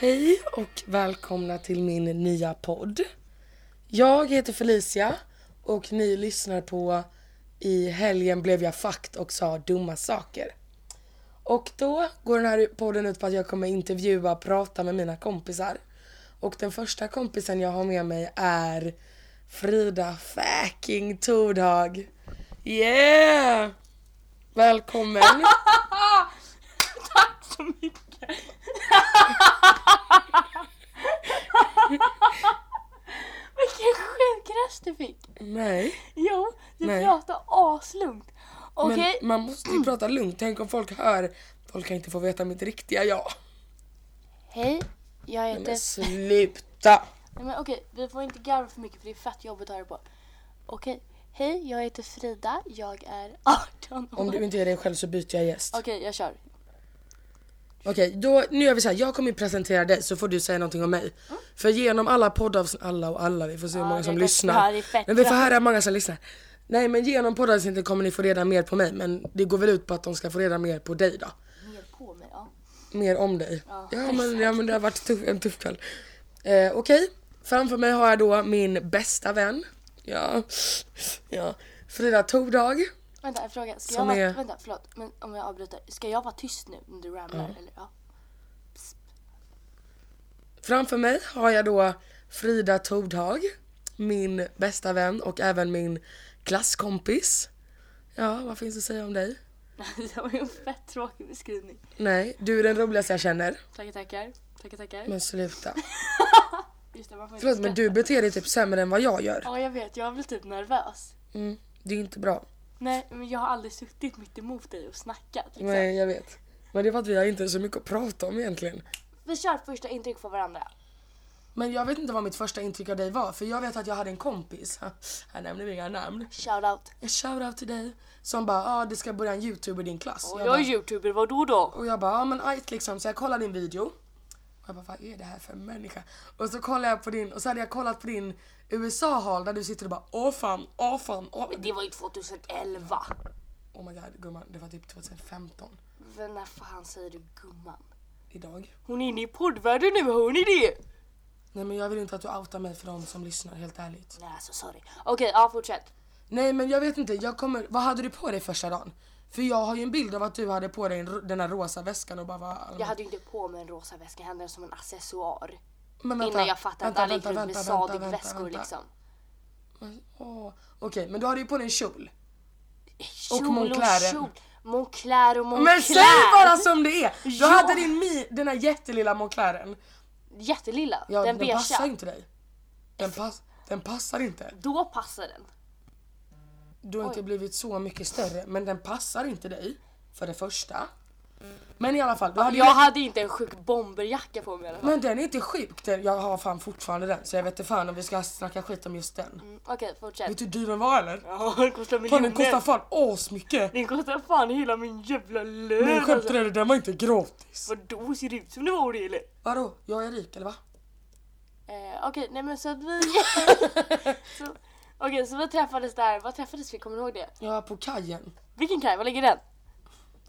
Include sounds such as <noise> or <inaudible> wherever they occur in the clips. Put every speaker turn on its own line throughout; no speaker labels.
Hej och välkomna till min nya podd. Jag heter Felicia och ni lyssnar på I helgen blev jag fakt och sa dumma saker. Och då går den här podden ut på att jag kommer intervjua och prata med mina kompisar. Och den första kompisen jag har med mig är Frida fucking Tordhag. Yeah! Välkommen!
Tack så mycket! Vilken sjuk röst du fick!
Nej.
Jo, du
Nej.
pratar aslugnt.
Men
Okej,
man måste
<clears throat>
ju prata lugnt. Tänk om folk hör. Folk kan inte få veta mitt riktiga jag.
hej. Jag
Nej,
heter...
Men sluta!
Nej men okej, vi får inte garva för mycket för det är fett jobbigt att höra på. Okej, hej, jag heter Frida. Jag är <laughs> 18 år.
Om du inte är dig själv så byter jag gäst.
Okej, jag kör.
Okej, då, nu gör vi så här. Jag kommer ju presentera dig så får du säga någonting om mig. För genom alla poddavsnitt, alla och alla, vi får se hur
Mm. Ja,
många
det
som
är fett bra,
lyssnar.
det är fett
Men vi får
bra.
höra hur många som lyssnar. Nej men genom poddavsnittet kommer ni få reda mer på mig men det går väl ut på att de ska få reda mer på dig då.
Mer på mig, ja.
Mer om dig.
Ja,
Ja, men, ja men det har varit tuff, en tuff kväll. Eh, Okej, framför mig har jag då min bästa vän. Ja, ja. Frida Tordhag.
Vänta, en fråga. Ska jag
Som
vara...
är-
Vänta, förlåt. Men om jag avbryter. Ska jag vara tyst nu när du ramlar? Eller? Ja. <laughs>
Framför mig har jag då Frida Tordhag. Min bästa vän och även min klasskompis. Ja, vad finns att säga om dig?
det var ju en fett tråkig beskrivning.
Nej, du är den roligaste jag känner.
Tackar, tackar. Tackar, tackar.
Men sluta.
Just det, man får inte
Förlåt men
skratta.
du beter dig typ sämre än vad jag gör.
Ja, jag vet. Jag blir typ nervös.
Mm, det är inte bra.
Nej, men jag har aldrig suttit mitt emot dig och snackat. Liksom.
Nej, jag vet. Men det är för att vi har inte så mycket att prata om egentligen.
Vi kör första intryck på varandra.
Men jag vet inte vad mitt första intryck av dig var, för jag vet att jag hade en kompis, <laughs> här nämner vi inga namn,
Shout out.
en shoutout till dig, som bara ah, det ska börja en youtuber i din klass.
Och
jag
jag är
bara,
youtuber, vadå då?
och jag bara, ah, men ajt liksom, så jag kollar din video. Och jag bara, vad är det här för människa? Och så kollar jag på din, och så hade jag kollat på din USA-hall där du sitter och bara, åh fan, åh fan, åh.
Det var ju 2011.
Oh my god gumman, det var typ 2015.
Men när fan säger du gumman?
Idag.
Hon är inne i poddvärlden nu, hör ni det?
Nej men jag vill inte att du outar mig för de som lyssnar, helt ärligt.
Nej alltså sorry. Okej, ja fortsätt.
Nej men jag vet inte, jag kommer, vad hade du på dig första dagen? För jag har ju en bild av att du hade på dig en, ro- den här rosa väskan och bara var...
Jag hade ju inte på mig en rosa väska, jag hade den som en accessoar.
men
Innan jag fattade att alla gick runt med sadigväskor liksom.
Åh, Okej, men du hade ju på dig en kjol.
Kjol
Moncler.
kjol. Moncler och Moncler.
Men säg bara som det är! Du
Ja.
hade din mi, den här jättelilla Monclaren.
Jättelilla,
Ja,
den
den,
beigea.
passar inte dig. Den, pass, den passar inte.
Då passar den.
Du har inte blivit så mycket större, men den passar inte dig. För det första. Men i alla fall, du hade ju
Jag hade inte en sjuk bomberjacka på mig i alla fall.
Men den är inte sjuk, den, jag har fan fortfarande den så jag vet inte fan om vi ska snacka skit om just den.
Mm, Okej,
Vet
fortsätt.
du hur dyr den var eller?
Ja, den kostar
Fan den
miljoner.
kostar fan asmycket!
Den kostar fan hela min jävla
Men
lön
skämtar
alltså.
du? Den var inte gratis.
Vadå, ser det ut som det var det eller?
Vadå? Jag är rik eller va?
Eh, Okej, nej men så att vi... <laughs> så, Okej, så vi träffades där. Vad träffades vi? Kommer du ihåg det?
Jag är på kajen.
Vilken kaj? Var ligger den?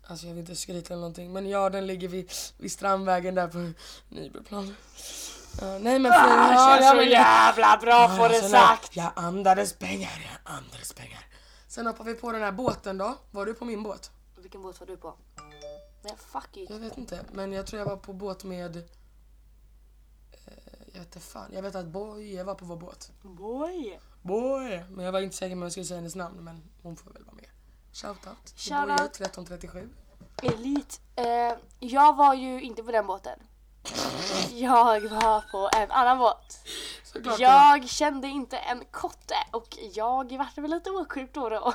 Alltså jag vill inte skryta eller någonting men ja den ligger vid, vid Strandvägen där på Nybroplan. Ja, nej men för,
Ah,
ja,
känns
jag
så
vill-
jävla bra
Ja,
på det
alltså, nej,
sagt!
Jag andades pengar, jag andades pengar. Sen hoppar vi på den här båten då. Var du på min båt?
Vilken båt var du på? Men fuck it.
Jag vet inte, men jag tror jag var på båt med... Eh, jag vet inte fan. Jag vet att Boje var på vår båt.
Boy!
Boje! Men jag var inte säker på om jag skulle säga hennes namn, men hon får väl vara med. Shoutout till
Shoutout.
Boje 1337.
Elit. Eh, jag var ju inte på den båten. Jag var på en annan båt.
Såklart det var.
Jag kände inte en kotte och jag vart väl lite åksjuk då och då.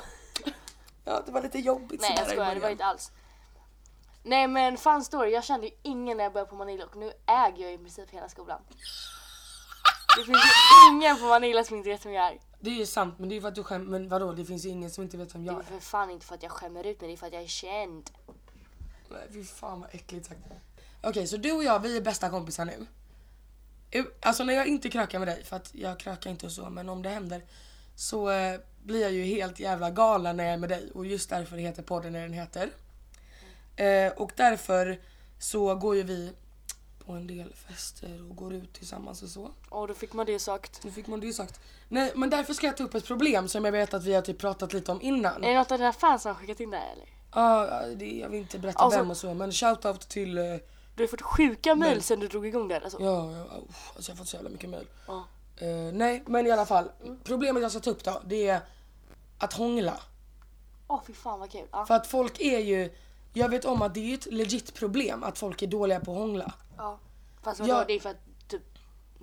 Ja, det var lite jobbigt
Nej jag
sådär i
skojar, det var
början.
inte alls. Nej men fan story, jag kände ju ingen när jag började på Manila och nu äger jag i princip hela skolan. Det finns ju ingen på Manila som inte vet vem jag är.
Det är ju sant, men det är ju för att du skäm... Men vadå, det finns ju ingen som inte vet vem
Det är
jag
ju
är.
för fan inte för att jag skämmer ut mig, det är för att jag är känd.
Nej, fy fan vad äckligt sagt. Okej, så du och jag, vi är bästa kompisar nu. U- Alltså när jag inte krökar med dig, för att jag krökar inte och så, men om det händer så eh, blir jag ju helt jävla galen när jag är med dig och just därför heter podden det den heter. Eh, och därför så går ju vi på en del fester och går ut tillsammans och så.
Och då fick man det sagt.
Nu fick man det ju sagt. Nej, men därför ska jag ta upp ett problem som jag vet att vi har typ pratat lite om innan.
Är det något av dina fans som har skickat in det här eller?
Ja, det, jag vill inte berätta
Alltså-
vem och så, men shoutout till... eh,
Du har fått sjuka mejl sen du drog igång det här alltså.
Ja, ja uff, alltså jag har fått så jävla mycket mejl.
Ja.
Eh, nej, men i alla fall. Problemet jag ska ta upp då, det är att hångla.
Åh fy fan vad kul. Ja.
För att folk är ju... Jag vet om att det är ett legit problem att folk är dåliga på att hångla.
ja. Fast
Ja.
vadå det är för att typ,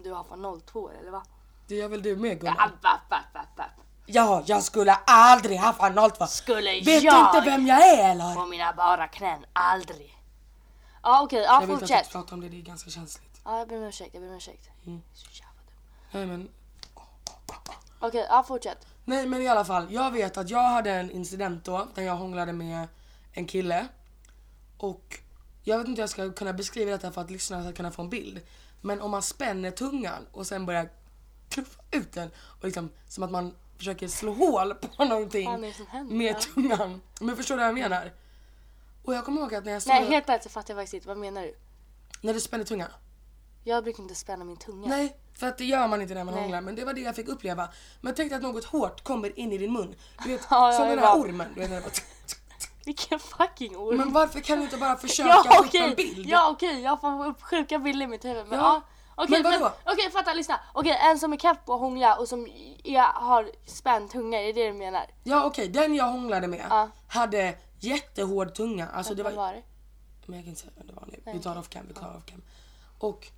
du har fan 02 eller va?
Det gör väl du med gumman?
App, app, app, app, app.
Ja, jag skulle aldrig ha fanalt va?
Skulle
Vet
jag?
du inte vem jag är eller?
På mina bara knän, aldrig. Ja okej,
Jag
ja
vet att jag
fortsätt.
inte prata om det, det är ganska känsligt.
Ja jag ber om ursäkt, jag ber om ursäkt.
Mm.
Så jävla dum.
Nej men,
Okej, ja fortsätt.
nej men i alla fall. Jag vet att jag hade en incident då där jag hånglade med en kille. Och jag vet inte hur jag ska kunna beskriva detta för att lyssnarna ska kunna få en bild. Men om man spänner tungan och sen börjar knuffa ut den och liksom som att man försöker slå hål på <laughs> någonting
Fan, det är som händer, ja.
med tungan. Men förstår du vad jag menar? Och jag kommer ihåg att när jag stod
Nej helt ärligt så fattar jag faktiskt inte, vad menar du?
när du spänner tungan.
Jag brukar inte spänna min tunga.
Nej, för att det gör man inte när man
Nej.
hånglar. Men det var det jag fick uppleva. Men tänk dig att något hårt kommer in i din mun. Du vet,
<laughs> Ja, ja,
som
det
den
är
här
bra.
ormen. Du vet, den här bara...
Vilken fucking orm.
Men varför kan du inte bara försöka
ja
få upp
okej,
en bild?
ja okej, jag får upp sjuka bilder i mitt huvud. Men,
Ja.
ja. Okej,
Men
men
vadå?
okej fatta, lyssna. Okej, en som är kapp på att hångla och som jag har spänd tunga, är det det du menar?
Ja, okej, den jag hånglade med
Ja.
hade jättehård tunga. Alltså det
Vad
var...
var det?
Men jag kan inte säga vem det var nu. Vi tar off cam, vi tar off cam. Och...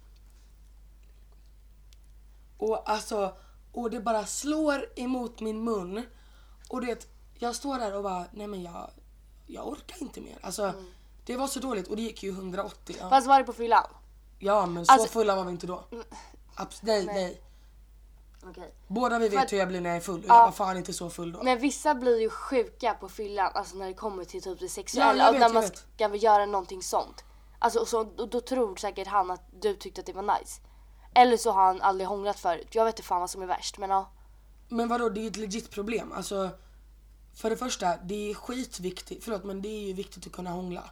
Och alltså, och det bara slår emot min mun. Och du vet, jag står där och bara, nej men jag, jag orkar inte mer. Alltså,
Mm.
det var så dåligt och det gick ju 180. Ja.
Fast var det på fyllan?
Ja men så
Alltså-
fulla var vi inte då. Abs- nej, nej
Nej. Okej.
Båda vi vet
För att-
hur jag blir när jag är full. Jag
Ja.
var fan inte så full då.
Men vissa blir ju sjuka på fyllan, alltså när det kommer till typ det
Ja,
sexuella
jag
och
vet,
när
jag
man
vet.
ska göra någonting sånt. Alltså och, så, och då tror säkert han att du tyckte att det var nice. Eller så har han aldrig hånglat förut. Jag vet inte fan vad som är värst men ja.
Men vadå det är ju ett legit problem. Alltså, för det första det är skitviktigt, förlåt men det är ju viktigt att kunna hångla.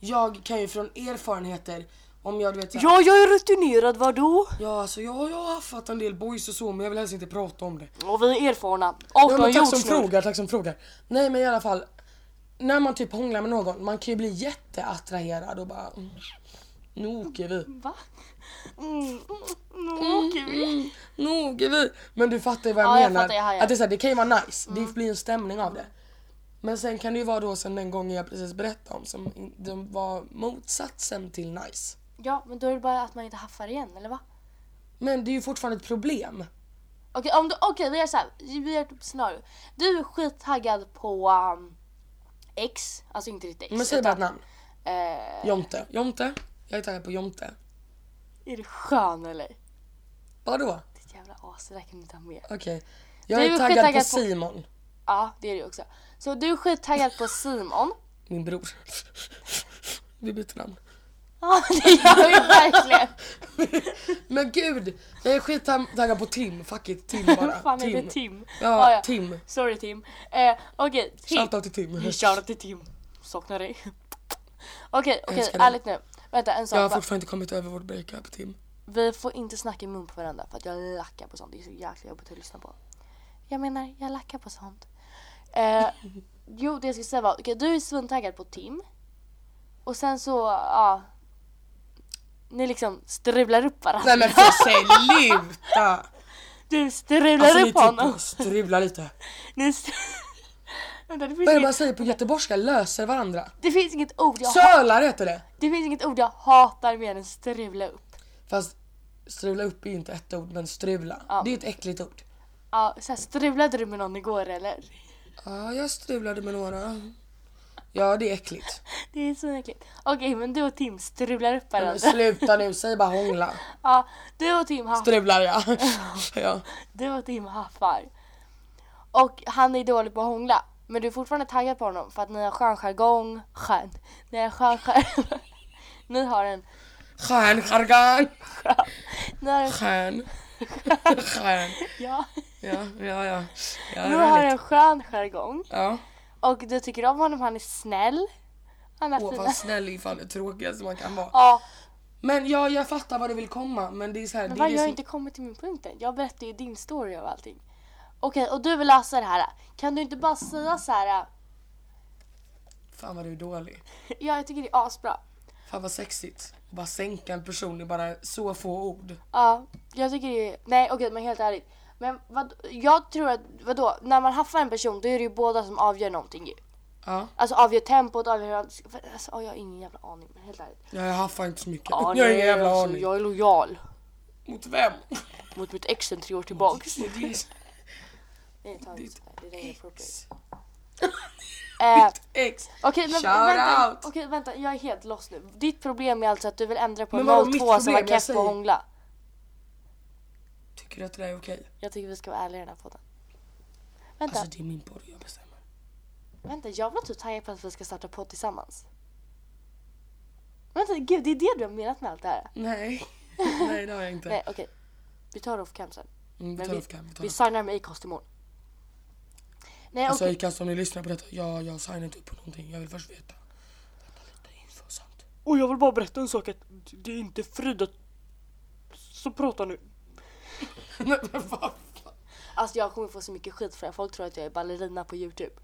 Jag kan ju från erfarenheter om jag du vet såhär,
Ja, jag är rutinerad vadå?
ja alltså jag, jag har haft en del boys och så men jag vill helst inte prata om det.
Och vi är erfarna. Och
Ja,
har
men tack
gjort
som
snurr.
frågar, tack som frågar. Nej men i alla fall. När man typ hånglar med någon, man kan ju bli jätteattraherad och bara mm, nu åker vi.
Va? Mm. Mm. Mm.
Mm, nog är vi. Men du fattar ju vad jag
Ja, jag
menar.
fattar, jag hajar. Mm.
att det, är så här, det kan ju vara nice, det blir en stämning av det. Men sen kan det ju vara då som den gången jag precis berättade om som in- den var motsatsen till nice.
Ja, men då är det bara att man inte haffar igen, eller va?
Men det är ju fortfarande ett problem.
Okej, om du, okej vi gör såhär. Vi gör ett scenario. Du är skittaggad på um, X, alltså inte ditt ex.
Men säg bara ett namn.
eh,
Jonte. Jonte. Jag är taggad på Jonte.
Är du skön eller?
Vadå?
Ditt jävla as, det där kan du inte ha med.
Okej. Jag
Du
är,
är
taggad,
skittaggad
på
på-
Simon.
Ja, det är du också. Så du är skittaggad på Simon.
Min bror. <laughs> Vi byter namn.
Ja, det gör vi verkligen.
Men gud! Jag är skittaggad på Tim. Fuck it,
<laughs>
Tim bara.
fan är det Tim?
Ja,
Ah, ja.
Tim.
Sorry Tim. Eh, okej, Tim.
Shoutout till Tim.
Vi kör till Tim. Saknar dig. <laughs> Okej, okej,
älskar dig.
ärligt nu. Vänta, en
Jag har
sak bara.
fortfarande inte kommit över vårt breakup Tim.
Vi får inte snacka i mun på varandra för att jag lackar på sånt. Det är så jäkla jobbigt att lyssna på. Jag menar, jag lackar på sånt. Eh,
<laughs>
jo, det jag skulle säga var, okej, du är svintaggad på Tim. Och sen så, ja. Ni liksom strular upp varandra.
Nej men för sig luta!
Du strular
Alltså ni
upp honom.
typ strular lite.
Ni str- <laughs> Vänta, det finns,
Vad är det man
inget,
säger på göteborgska? Löser varandra.
det finns inget ord jag ha-
Sölar heter det!
Det finns inget ord jag hatar mer än strula upp.
Fast strula upp är ju inte ett ord men strula.
Ja.
Det är ju ett äckligt ord.
Ja, så här, strulade du med någon igår eller?
Ja jag strulade med några. Ja det är äckligt.
Det är så äckligt. Okej, men du och Tim strular upp
Ja, Men
varandra.
sluta nu, säg bara hångla.
Ja, du och Tim ha-
Strular jag. Ja.
du och Tim haffar. Och han är dålig på att hångla. Men du är fortfarande taggad på honom för att ni har skön jargong. Skön. Ni har skön jargong. <laughs> ni har en...
Skön jargong.
Ni har en...
Skön. Skön.
Ja.
Ja, ja, ja. Ja,
Ni har
härligt.
en skön jargong.
ja.
Och du tycker om honom, han är snäll. Han har
Åh
fina...
vad snäll är fan det tråkigaste man kan vara.
Ja.
Men ja, jag fattar vad du vill komma men det är så här,
Men
det
vad,
är det
jag har
som...
inte kommit till min punkt än. Jag berättar ju din story av allting. Okej, och du vill lösa det här. Kan du inte bara säga så här? äh,
Fan vad du är dålig.
Ja, jag tycker det är asbra.
Fan vad sexigt. Bara sänka en person i bara så få ord.
Ja, jag tycker det är... Nej, okej, men helt ärligt. Men vad, jag tror att, vadå, när man haffar en person då är det ju båda som avgör någonting ju.
Ja,
Alltså avgör tempot, avgör... Alltså, ja, jag har ingen jävla aning, men helt ärligt.
jag haffar inte så mycket.
Ja,
jag har
nej,
ingen jävla
alltså,
aning.
Jag är lojal
Mot vem?
mot mitt ex sen tre år tillbaks.
<laughs> Det är
<laughs> Nej, ta inte så här. Det är inappropriate.
ex.
Eh,
Ex.
Okej, men
Shout
vänta,
out.
okej, vänta, jag är helt lost nu. Ditt problem är alltså att du vill ändra på
Men vadå,
02
mitt
som
problem?
var
Jag
keff på
säger-
att hångla.
Tycker du att det där är okej?
Jag tycker vi ska vara ärliga i den här podden. Vänta,
Alltså det är min podd jag bestämmer.
vänta, jag var typ taggad på att vi ska starta podd tillsammans. Vänta, gud det är det du har menat med allt det här?
Nej. <laughs> Nej det har jag inte.
Nej, okej. Vi tar off cam sen.
Mm, vi
Men
tar
vi,
upp kan, vi tar
vi
upp.
signar med Acast imorgon. Nej
Alltså
okej,
Icas om ni lyssnar på detta, jag, jag signar inte upp på någonting. Jag vill först veta. Vänta lite info och sånt.
Och jag vill bara berätta en sak att det är inte Frida som pratar nu.
Nej, <laughs> men vad fan.
alltså jag kommer få så mycket skit för det här. Folk tror att jag är ballerina på youtube.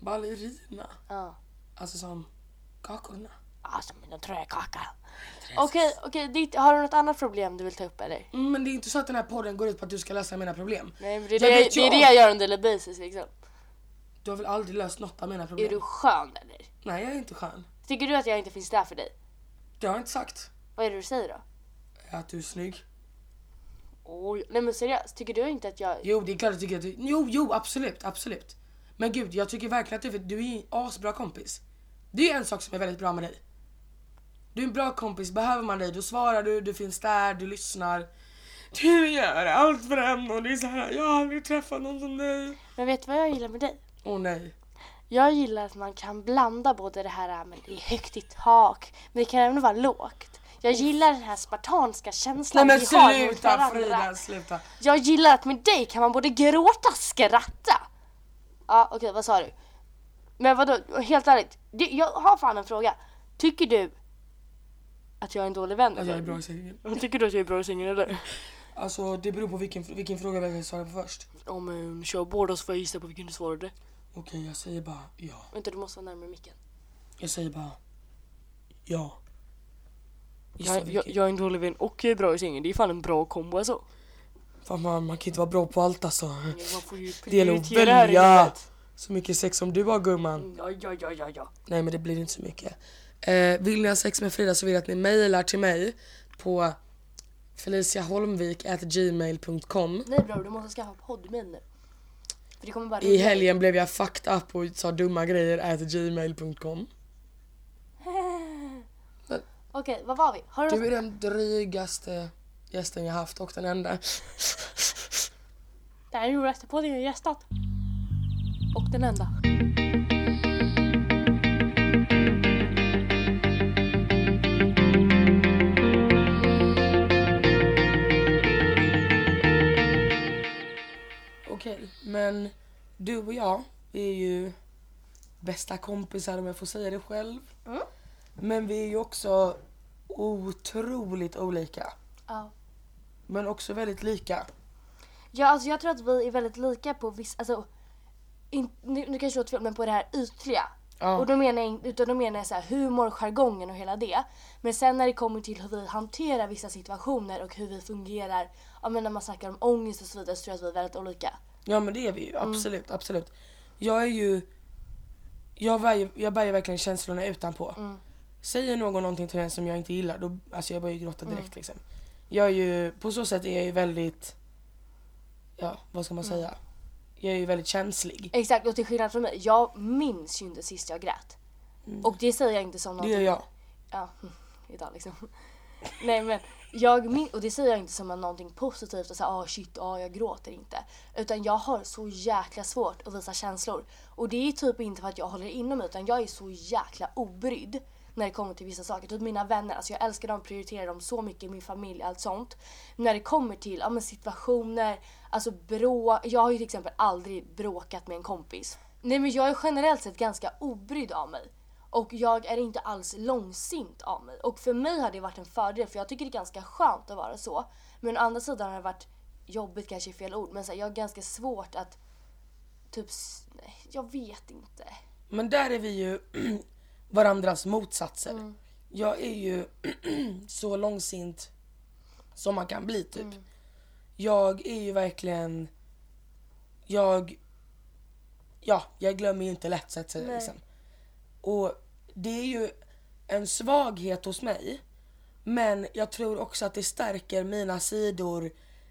Ballerina.
Ja.
Alltså som kakorna.
Alltså mina träkaka. Okej, okej, ditt- har du något annat problem du vill ta upp eller?
Mm, Men det är inte så att den här podden går ut på att du ska lösa mina problem.
Nej men det är
Jag
det,
vet ju
det, är det
om-
jag gör on daily basis liksom.
Du har väl aldrig löst något av mina
Är
problem?
du skön eller?
Nej jag är inte skön.
Tycker du att jag inte finns där för dig?
Det har jag inte sagt.
Vad är det du säger då?
Att du är snygg.
Oj, nej men seriöst, tycker du inte att jag...
Jo det är klart jag tycker att du... Jo jo absolut absolut. Men gud jag tycker verkligen att du, för du är en asbra kompis. Det är en sak som är väldigt bra med dig. Du är en bra kompis, behöver man dig då svarar du, du finns där, du lyssnar. Du gör allt för henne och det är så här, jag har aldrig träffat någon som dig.
Men vet du vad jag gillar med dig?
Åh nej.
Jag gillar att man kan blanda både det här äh, men det är högt i tak, men det kan även vara lågt. Jag gillar den här spartanska
Nej
känslan
men
vi har mot
sluta
varandra.
Frida, sluta.
Jag gillar att med dig kan man både gråta och skratta. Ja, okej, vad sa du? Men vadå, helt ärligt. Det, jag har fan en fråga. Tycker du att jag är en dålig vän?
Alltså, jag är
eller?
bra i sängen.
Tycker du att jag är bra singel eller?
Alltså det beror på vilken, vilken fråga vi vill svara på först.
Om eh, hon kör båda så får jag gissa på vilken du svarade.
Okej jag säger bara ja.
Vänta, du måste vara närmare micken.
Jag säger bara ja. Gissa
Jag, jag,
vilken.
jag är en dålig vän och jag är bra i sängen. Det är fan en bra kombo alltså.
Fan, man, man kan inte vara bra på allt alltså.
Man får ju
Det gäller att
prioritera här i
välja.
livet. Mm,
Så mycket sex som du har gumman.
Ja, ja, ja, ja, ja.
Nej men det blir inte så mycket. Eh, vill ni ha sex med Frida så vill jag att ni mejlar till mig på feliciaholmvik.gmail.com
Nej bror, du måste skaffa poddmin nu. För det kommer bara...
I helgen blev jag fucked up och sa dumma grejer at gmail.com
Okej, vad var vi? Har du
Du är den drygaste gästen jag haft och den enda. <laughs>
Det här är roligaste podden jag gästat. Och den enda.
Okej, men du och jag är ju bästa kompisar om jag får säga det själv.
Mm.
Men vi är ju också otroligt olika.
Ja.
Men också väldigt lika.
ja, alltså jag tror att vi är väldigt lika på vissa, alltså in, nu, nu kanske det låter fel, men på det här ytliga.
Ja.
Och då menar jag, in- utan då menar jag så här, humor, jargongen och hela det. Men sen när det kommer till hur vi hanterar vissa situationer och hur vi fungerar, ja men när man snackar om ångest och så vidare så tror jag att vi är väldigt olika.
Ja men det är vi ju, absolut, absolut. Jag är ju... Jag bär ju, jag bär ju verkligen känslorna utanpå. Säger någon någonting till en som jag inte gillar, då, alltså jag börjar ju gråta direkt liksom. Jag är ju, på så sätt är jag ju väldigt... Ja, vad ska man säga? Jag är ju väldigt känslig.
Exakt, och till skillnad från mig, jag minns ju inte sist jag grät. Och det säger jag inte som
Det
någonting
gör jag.
ja, <laughs> idag liksom. Nej men, jag min- och det säger jag inte som en någonting positivt och så ah shit, ah jag gråter inte. Utan jag har så jäkla svårt att visa känslor. Och det är typ inte för att jag håller det inom mig utan jag är så jäkla obrydd när det kommer till vissa saker. Typ mina vänner, alltså jag älskar dem, prioriterar dem så mycket, min familj, allt sånt. När det kommer till ja, men situationer, alltså brå... Jag har ju till exempel aldrig bråkat med en kompis. Nej men jag är generellt sett ganska obrydd av mig. Och jag är inte alls långsint av mig. Och för mig har det varit en fördel för jag tycker det är ganska skönt att vara så. Men å andra sidan har det varit jobbigt kanske är fel ord men så här, jag har ganska svårt att typ, s- nej, jag vet inte.
Men där är vi ju <clears throat> varandras motsatser. Jag är ju <clears throat> så långsint som man kan bli typ. Jag är ju verkligen... Jag... Ja, jag glömmer ju inte lätt så att säga.
Nej.
Liksom. Och det är ju en svaghet hos mig. Men jag tror också att det stärker mina sidor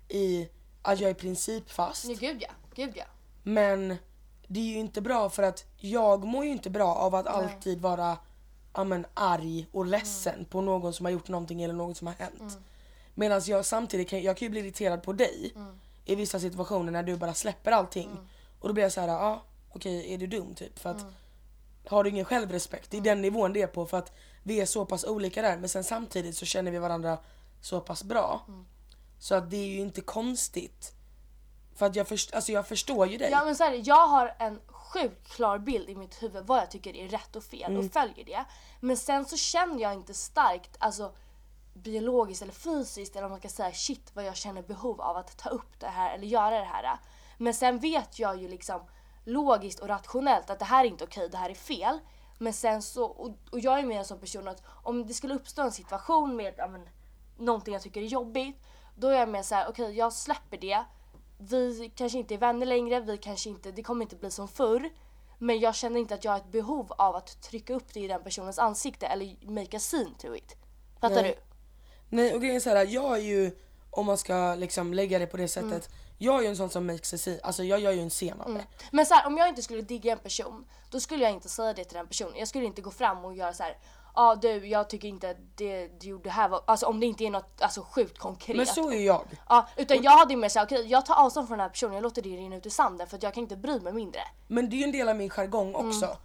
i att jag är principfast.
Nu gud ja, gud ja.
Men det är ju inte bra för att jag mår ju inte bra av att alltid vara ja, men, arg och ledsen på någon som har gjort någonting eller något som har hänt. Medan jag samtidigt kan, jag kan ju bli irriterad på dig i vissa situationer när du bara släpper allting. Och då blir jag så här, ja ah, okej är du dum typ? För att har du ingen självrespekt? Det är den nivån det är på för att vi är så pass olika där men sen samtidigt så känner vi varandra så pass bra. Så att det är ju inte konstigt. För att jag, först, alltså jag förstår ju dig.
Ja men så här, jag har en sjukt klar bild i mitt huvud vad jag tycker är rätt och fel och följer det. Men sen så känner jag inte starkt, alltså biologiskt eller fysiskt eller om man ska säga shit vad jag känner behov av att ta upp det här eller göra det här. Men sen vet jag ju liksom logiskt och rationellt att det här är inte okej, det här är fel. Men sen så, och, och jag är mer en sån person att om det skulle uppstå en situation med ja, men, någonting jag tycker är jobbigt, då är jag mer såhär okej jag släpper det. Vi kanske inte är vänner längre, vi kanske inte, det kommer inte bli som förr. Men jag känner inte att jag har ett behov av att trycka upp det i den personens ansikte eller make a scene to it. Fattar
Nej.
du?
Nej och grejen är så här, jag är ju, om man ska liksom lägga det på det sättet, jag är ju en sån som makes a scene, alltså jag gör ju en scen av det.
Men så här, om jag inte skulle digga en person, då skulle jag inte säga det till den personen. Jag skulle inte gå fram och göra så här. Ja du, jag tycker inte att det du gjorde här var... Alltså om det inte är något alltså, sjukt konkret.
Men så är ju jag.
Ja, utan jag hade ju mer såhär, okej jag tar avstånd från den här personen, jag låter det rinna ut i sanden för att jag kan inte bry mig mindre.
Men det är ju en del av min jargong
Mm.
också.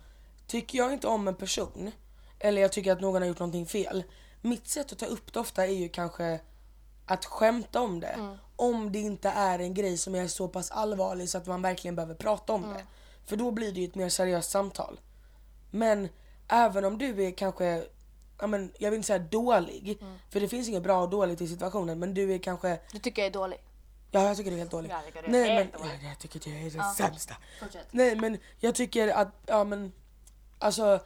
Tycker jag inte om en person, eller jag tycker att någon har gjort någonting fel, mitt sätt att ta upp det ofta är ju kanske att skämta om det.
Mm.
Om det inte är en grej som är så pass allvarlig så att man verkligen behöver prata om
Mm.
det. För då blir det ju ett mer seriöst samtal. Men även om du är kanske, ja men, jag vill inte säga dålig,
Mm.
för det finns inget bra och dåligt i situationen, men du är kanske
Du tycker jag är dålig.
Ja jag tycker det är helt dåligt.
Ja, jag tycker det är
Nej men
helt dåligt.
ja, jag tycker det är det sämsta.
fortsätt.
Nej men jag tycker att, ja men alltså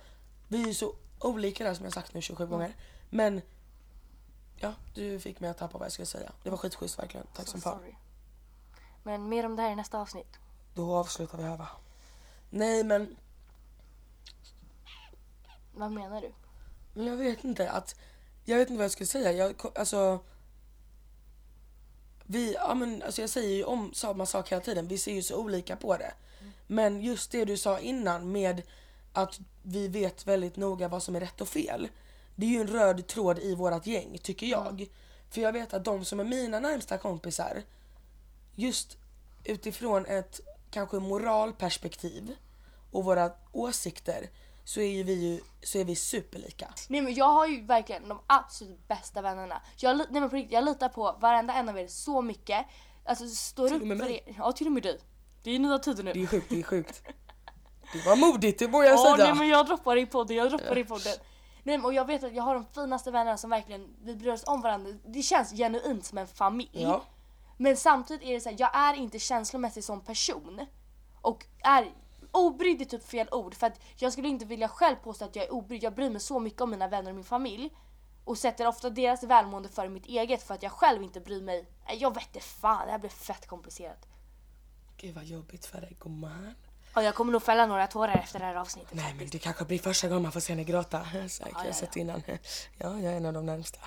vi är ju så olika där som jag sagt nu 27
Mm.
gånger. Men ja, du fick mig att tappa vad jag skulle säga. Det var skitschysst verkligen. Tack
Så
som fan.
Alltså, sorry. Men mer om det här i nästa avsnitt.
Då avslutar vi här va? Nej men,
Vad menar du?
men jag vet inte att, jag vet inte vad jag skulle säga. Jag, ko- alltså vi, ja men alltså jag säger ju om samma sak hela tiden, vi ser ju så olika på det. Men just det du sa innan med att vi vet väldigt noga vad som är rätt och fel. Det är ju en röd tråd i vårat gäng, tycker jag. För jag vet att de som är mina närmsta kompisar, just utifrån ett kanske moralperspektiv och våra åsikter så är ju vi ju, så är vi superlika.
Nej men jag har ju verkligen de absolut bästa vännerna. Jag, li- nej, men på riktigt, jag litar på varenda en av er så mycket. Alltså står upp
och med
för
mig.
er. Ja till och med dig. Det är nya tider nu.
Det är sjukt, det är sjukt. Det var modigt, det vågar jag
Ja,
säga.
nej men jag droppar i podden, jag droppar i podden. Nej, men, och jag vet att jag har de finaste vännerna som verkligen, vi bryr oss om varandra. Det känns genuint som en familj.
Ja.
Men samtidigt är det så här, jag är inte känslomässig som person. Och är obrydd är typ fel ord för att jag skulle inte vilja själv påstå att jag är obrydd. Jag bryr mig så mycket om mina vänner och min familj. Och sätter ofta deras välmående före mitt eget för att jag själv inte bryr mig. Nej, Jag vet inte fan, det här blir fett komplicerat.
Gud vad jobbigt för dig gumman.
Ja, jag kommer nog fälla några tårar efter det här avsnittet.
Nej men det kanske blir första gången man får se henne gråta. <laughs> Säkert,
ja,
jag har sett innan. Ja, jag är en av de närmsta.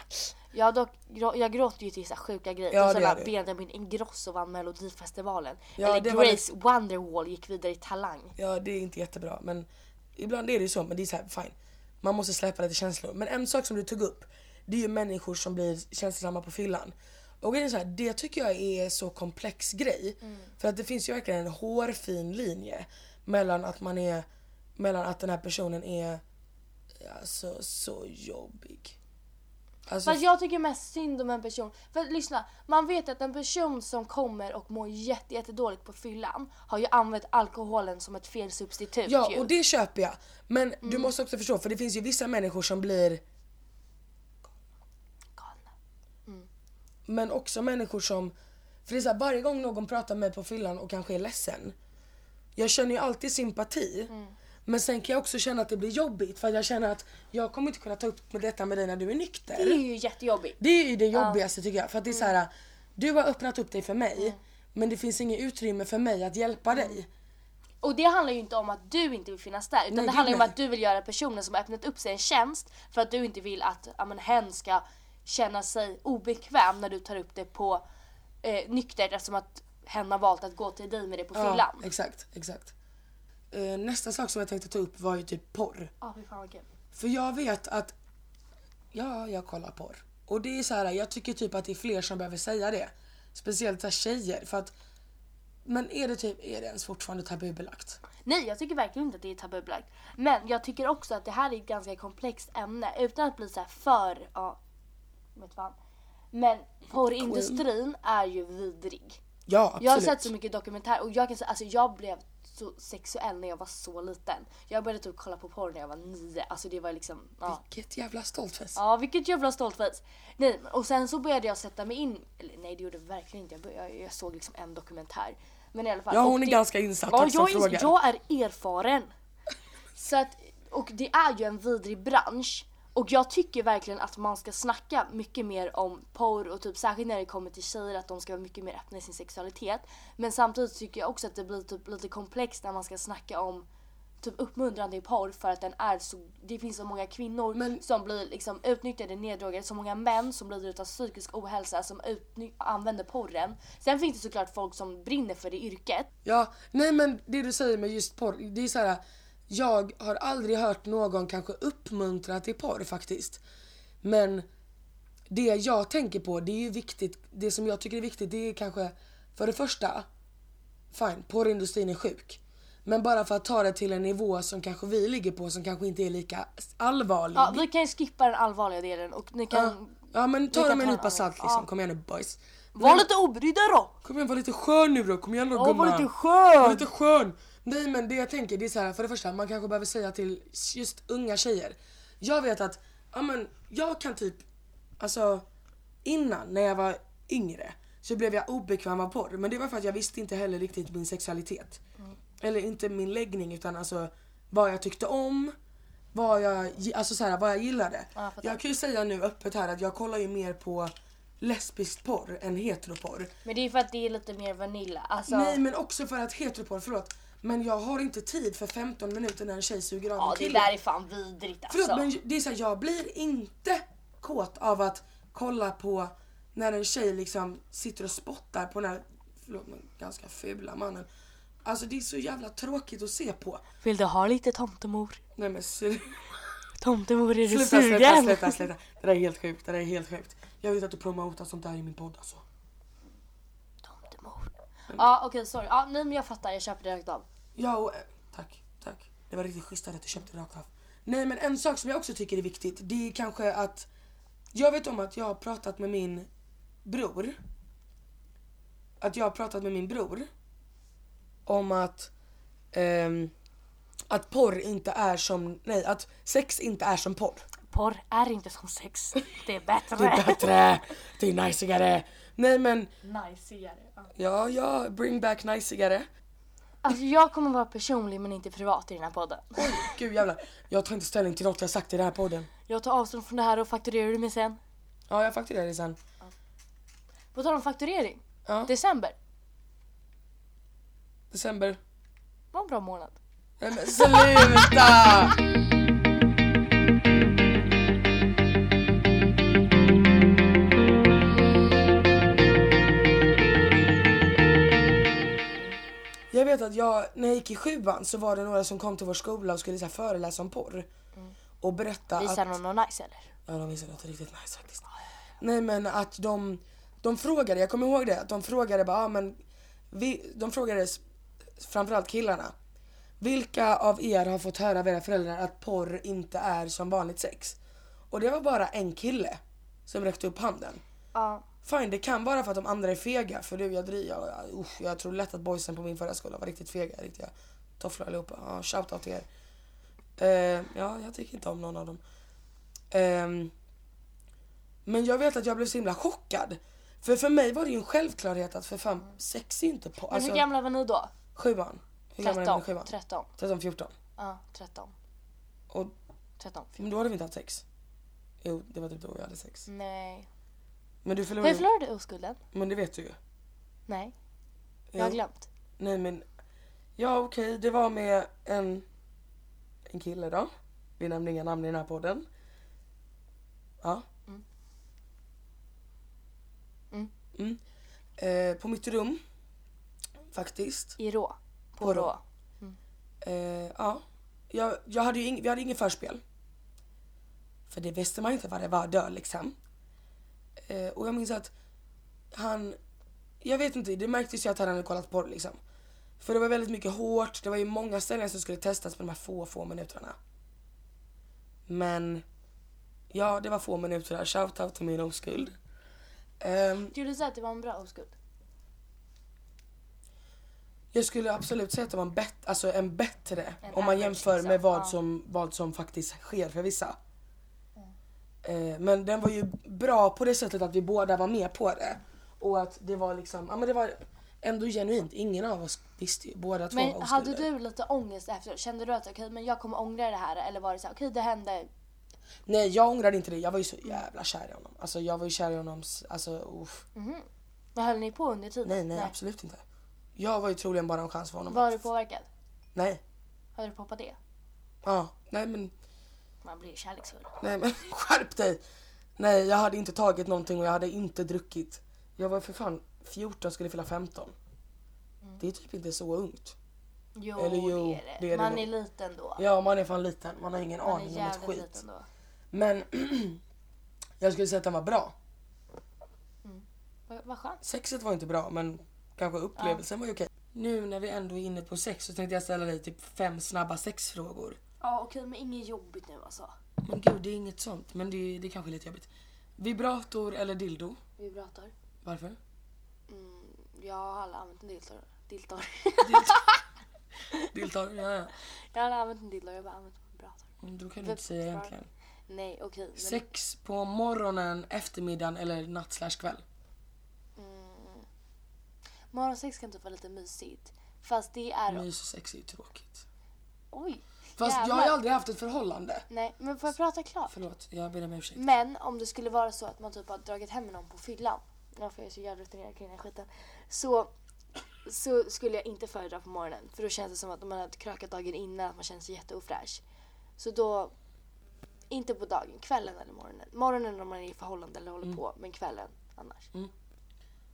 Jag, har dock, grå- jag gråter ju till så här sjuka grejer.
Ja,
och så
det gör
bara
du.
Benjamin Ingrosso vann Melodifestivalen.
Ja,
Eller
det var
Grace Wonderwall gick vidare i Talang.
Ja, det är inte jättebra men ibland är det ju så, men det är så här, fine. Man måste släppa lite känslor. Men en sak som du tog upp, det är ju människor som blir känslosamma på fyllan. Och grejen är så här, det tycker jag är så komplex grej. För att det finns ju verkligen en hårfin linje mellan att man är, mellan att den här personen är alltså, så jobbig. Alltså,
För att jag tycker mest synd om en person. För att, lyssna, man vet att en person som kommer och mår jätte, jättedåligt på fyllan har ju använt alkoholen som ett fel substitut
ja
ju.
och det köper jag. Men du måste också förstå för det finns ju vissa människor som blir
Galna.
Men också människor som, för det är så här, varje gång någon pratar med mig på fyllan och kanske är ledsen. Jag känner ju alltid sympati.
Mm.
Men sen kan jag också känna att det blir jobbigt för jag känner att jag kommer inte kunna ta upp med detta med dig när du är nykter.
Det är Mm. ju jättejobbigt.
Det är ju det jobbigaste tycker jag. För att det är så här, du har öppnat upp dig för mig.
Mm.
Men det finns inget utrymme för mig att hjälpa dig.
Och det handlar ju inte om att du inte vill finnas där utan
Nej,
det
gud,
handlar ju om
nej.
att du vill göra personen som har öppnat upp sig en tjänst för att du inte vill att ja, men, hen ska känna sig obekväm när du tar upp det på eh, nyktert eftersom att hen har valt att gå till dig med det på
Ja,
fyllan.
exakt, exakt. Eh, nästa sak som jag tänkte ta upp var ju typ porr.
Ja, fy fan vad kul.
För jag vet att, ja jag kollar porr. Och det är så här, jag tycker typ att det är fler som behöver säga det. Speciellt så här tjejer för att, men är det typ, är det ens fortfarande tabubelagt?
Nej, jag tycker verkligen inte att det är tabubelagt. Men jag tycker också att det här är ett ganska komplext ämne utan att bli så här för... Ja, vet fan. Men porrindustrin är ju vidrig.
Ja absolut.
Jag har sett så mycket dokumentär och jag kan säga alltså jag blev så sexuell när jag var så liten. Jag började typ kolla på porr när jag var nio. Alltså det var liksom... Ja.
Vilket jävla stoltfest.
Ja, vilket jävla stolt face. Nej, men- och sen så började jag sätta mig in, eller nej det gjorde jag verkligen inte, jag, började, jag, jag såg liksom en dokumentär. Men i alla fall.
Ja,
och
hon är
det-
ganska insatt,
Ja,
tack som
jag, är,
frågar.
ins- jag är erfaren. Så att, och det är ju en vidrig bransch. Och jag tycker verkligen att man ska snacka mycket mer om porr och typ särskilt när det kommer till tjejer att de ska vara mycket mer öppna i sin sexualitet. Men samtidigt tycker jag också att det blir typ lite komplext när man ska snacka om typ uppmuntran till porr för att den är så, det finns så många kvinnor
Men-
som blir liksom utnyttjade, neddrogade, så många män som lider av psykisk ohälsa som utny- använder porren. Sen finns det såklart folk som brinner för det yrket.
Ja, nej men det du säger med just porr, det är så här. Jag har aldrig hört någon kanske uppmuntra till porr faktiskt. Men det jag tänker på, det är ju viktigt, det som jag tycker är viktigt det är kanske för det första, fine, porrindustrin är sjuk. Men bara för att ta det till en nivå som kanske vi ligger på som kanske inte är lika allvarlig.
Ja, vi kan ju skippa den allvarliga delen och ni kan
Mm. Ja, ja men
vi
ta
kan
det med en
ta
nypa
en
salt
annan.
liksom,
Ja.
kom igen nu boys.
vara lite obrydda då!
Kom igen var lite skön nu då, kom igen då
Ja, var lite
Var
skön!
lite skön! Nej men det jag tänker det är så här, för det första man kanske behöver säga till just unga tjejer. Jag vet att, ja men jag kan typ, alltså innan när jag var yngre så blev jag obekväm av porr men det var för att jag visste inte heller riktigt min sexualitet.
Mm.
Eller inte min läggning utan alltså vad jag tyckte om, vad jag, gi- alltså så här, vad jag gillade.
Ja, jag fattar.
jag kan ju säga nu öppet här att jag kollar ju mer på lesbisk porr än heteroporr.
Men det är för att det är lite mer vanilla, alltså.
Nej men också för att heteropar, förlåt. Men jag har inte tid för 15 minuter när en tjej suger av
ja
en
det
kille.
där är fan vidrigt alltså.
Förlåt men det är så här, jag blir inte kåt av att kolla på när en tjej liksom sitter och spottar på den här, förlåt men ganska fula mannen. Alltså det är så jävla tråkigt att se på.
Vill du ha lite tomtemor?
Nej men slu-
Tomtemor är
<laughs>
du
sluta, sluta,
sugen?
sluta, sluta. Det där är helt sjukt, det där är helt sjukt. Jag vet att du promotar sånt där i min podd alltså.
Tomtemor.
Mm.
Ja okej sorry, ja, nej men jag fattar, jag köper det rakt av.
Ja, och, eh, tack, tack. Det var riktigt schysst att du köpte rakt av. Nej, men en sak som jag också tycker är viktigt, det är kanske att jag vet om att jag har pratat med min bror. Att jag har pratat med min bror om att ehm, att porr inte är som, nej att sex inte är som porr.
Porr är inte som sex, det är bättre.
Det är bättre, det är najsigare. Nej men,
Najsigare. Ja.
ja, ja, bring back najsigare.
Alltså jag kommer vara personlig men inte privat i den här podden.
Oj, gud jävlar. Jag tar inte ställning till något jag sagt i den här podden.
Jag tar avstånd från det här och fakturerar du mig sen.
Ja, jag fakturerar det sen.
På tal om fakturering,
Ja.
december
December.
var en bra månad.
Nej men sluta! Jag vet att jag, när jag gick i sjuan så var det några som kom till vår skola och skulle så här, föreläsa om porr. Och berätta
Visar
att...
någon något nice eller?
Ja de visade något riktigt nice faktiskt. Nej men att de, de frågade, jag kommer ihåg det, att de frågade bara, ah, men vi, de frågade s- framförallt killarna. Vilka av er har fått höra av era föräldrar att porr inte är som vanligt sex? Och det var bara en kille som räckte upp handen.
Ja.
Fine, det kan vara för att de andra är fega. För du, jag, dri- jag, jag, usch, jag tror lätt att boysen på min förra skola var riktigt fega. Riktiga tofflor allihopa. Ja, shoutout till er. Eh, ja, jag tycker inte om någon av dem. Ehm, men jag vet att jag blev så himla chockad. För för mig var det ju en självklarhet att för fan, sex är ju inte på...
Men
Alltså,
hur gamla var ni då?
sjuan. Hur gammal är man i
13.
sjuan?
13.
13, 14.
Ja, 13.
Och
13.
men då hade vi inte haft sex. Jo, det var typ då jag hade sex.
Nej.
Men du
Har
förlorade.
jag förlorat oskulden?
Men det vet du ju.
Nej. Jag har
Jo.
glömt.
Nej men, ja okej det var med en, en kille då. Vi nämnde inga namn i den här podden. Ja.
Mm.
Mm.
Mm.
Eh, på mitt rum, faktiskt.
I rå. På,
På
på
Rå.
rå.
Eh, ja. Jag, jag hade ju ing, vi hade ingen förspel. För det visste man ju inte vad det var då liksom. Eh, och jag minns att han, jag vet inte, det märktes ju att han hade kollat porr liksom. För det var väldigt mycket hårt, det var ju många ställen som skulle testas på de här få, få minuterna. Men, ja det var få minuter där, shoutout till min oskuld. Ehm,
Skulle du säga att det var en bra oskuld?
Jag skulle absolut säga att det var en, bet- alltså en bättre om
En
man
average,
jämför
liksom.
med vad,
Ja.
som, vad som faktiskt sker för vissa.
Mm.
Eh, men den var ju bra på det sättet att vi båda var med på det. Och att det var liksom, ja men det var ändå genuint. Ingen av oss visste ju, båda två var
Men hade
oskulder.
du lite ångest efter? Kände du att okej, men jag kommer ångra det här? Eller var det så här, okej, det hände.
Nej jag ångrade inte det, jag var ju så jävla kär i honom. Alltså jag var ju kär i honom, s- alltså uff.
Men Mhm. höll ni på under tiden?
Nej, nej absolut inte. Jag var ju troligen bara en chans för honom.
Var du påverkad?
Nej.
Hade du poppat det?
Ja, nej men
Man blir ju kärleksfull.
Nej men <laughs> skärp dig! Nej jag hade inte tagit någonting och jag hade inte druckit. Jag var för fan 14 skulle fylla 15. Det är typ inte så ungt.
Jo,
Eller jo,
det är det.
det är det
man
nog.
är liten då.
Ja man är fan liten, man har ingen
man är
aning om ett
jävligt
skit.
liten då.
Men <clears throat> jag skulle säga att den var bra.
Vad, vad skönt.
Sexet var inte bra men kanske upplevelsen var ju okej. Nu när vi ändå är inne på sex så tänkte jag ställa dig typ fem snabba sexfrågor.
Ja, okej, men inget jobbigt nu alltså.
Men gud det är inget sånt men det, det är kanske är lite jobbigt. Vibrator eller dildo?
Vibrator.
Varför?
Mm, jag har aldrig använt en diltor. Diltor. <laughs>
Dildo? Ja, ja.
jag har aldrig använt en diltor, jag har bara använt en vibrator.
Mm, Då kan du inte säga egentligen.
Nej, okej. men-
Sex på morgonen, eftermiddagen eller natt slash kväll?
Mm. Morgonsex kan typ vara lite mysigt. Fast det är...
Mys och sex är ju tråkigt.
Oj!
Fast jag har ju
jävlar.
aldrig haft ett förhållande.
Nej, men får jag prata klart?
Förlåt, jag ber om ursäkt.
Men om det skulle vara så att man typ har dragit hem någon på fyllan. Ja, för jag är så jävla rutinerad kring den här skiten. Så, så skulle jag inte föredra på morgonen. För då känns det som att man har krökat dagen innan, att man känner sig jätteofräsch. Så då, inte på dagen, kvällen eller morgonen. Morgonen om man är i förhållande eller håller på, men kvällen annars.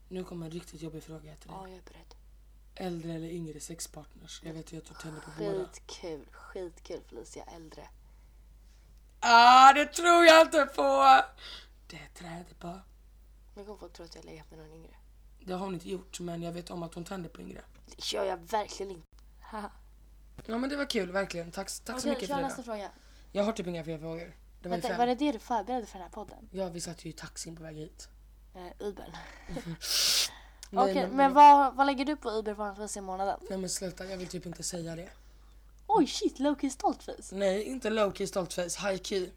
Nu kommer en riktigt jobbig fråga till dig.
Ja, jag är beredd.
Äldre eller yngre sexpartners? Jag vet ju att du tänder på båda.
Skitkul, skitkul Felicia, äldre.
Ah, det tror jag inte på! Det träder på.
Nu kommer folk tro att jag har legat med någon yngre.
Det har hon inte gjort, men jag vet om att hon tänder på yngre.
Det gör jag verkligen inte. Haha.
Ja men det var kul, verkligen. Tack, tack så
Okej,
mycket
kör
för
nästa
det.
fråga.
Jag har typ inga fler frågor. Det var ju
Vänta, var
fem.
det det du förberedde för den här podden?
Ja, vi satt ju i taxin på väg hit.
Eh, Ubern.
Nej,
Okej,
men-
men, vad, vad lägger du på Uber vanligtvis i månaden?
Nej men sluta, jag vill typ inte säga det.
Oj shit, Loki Stoltface.
Nej, inte low key stolt face, high key.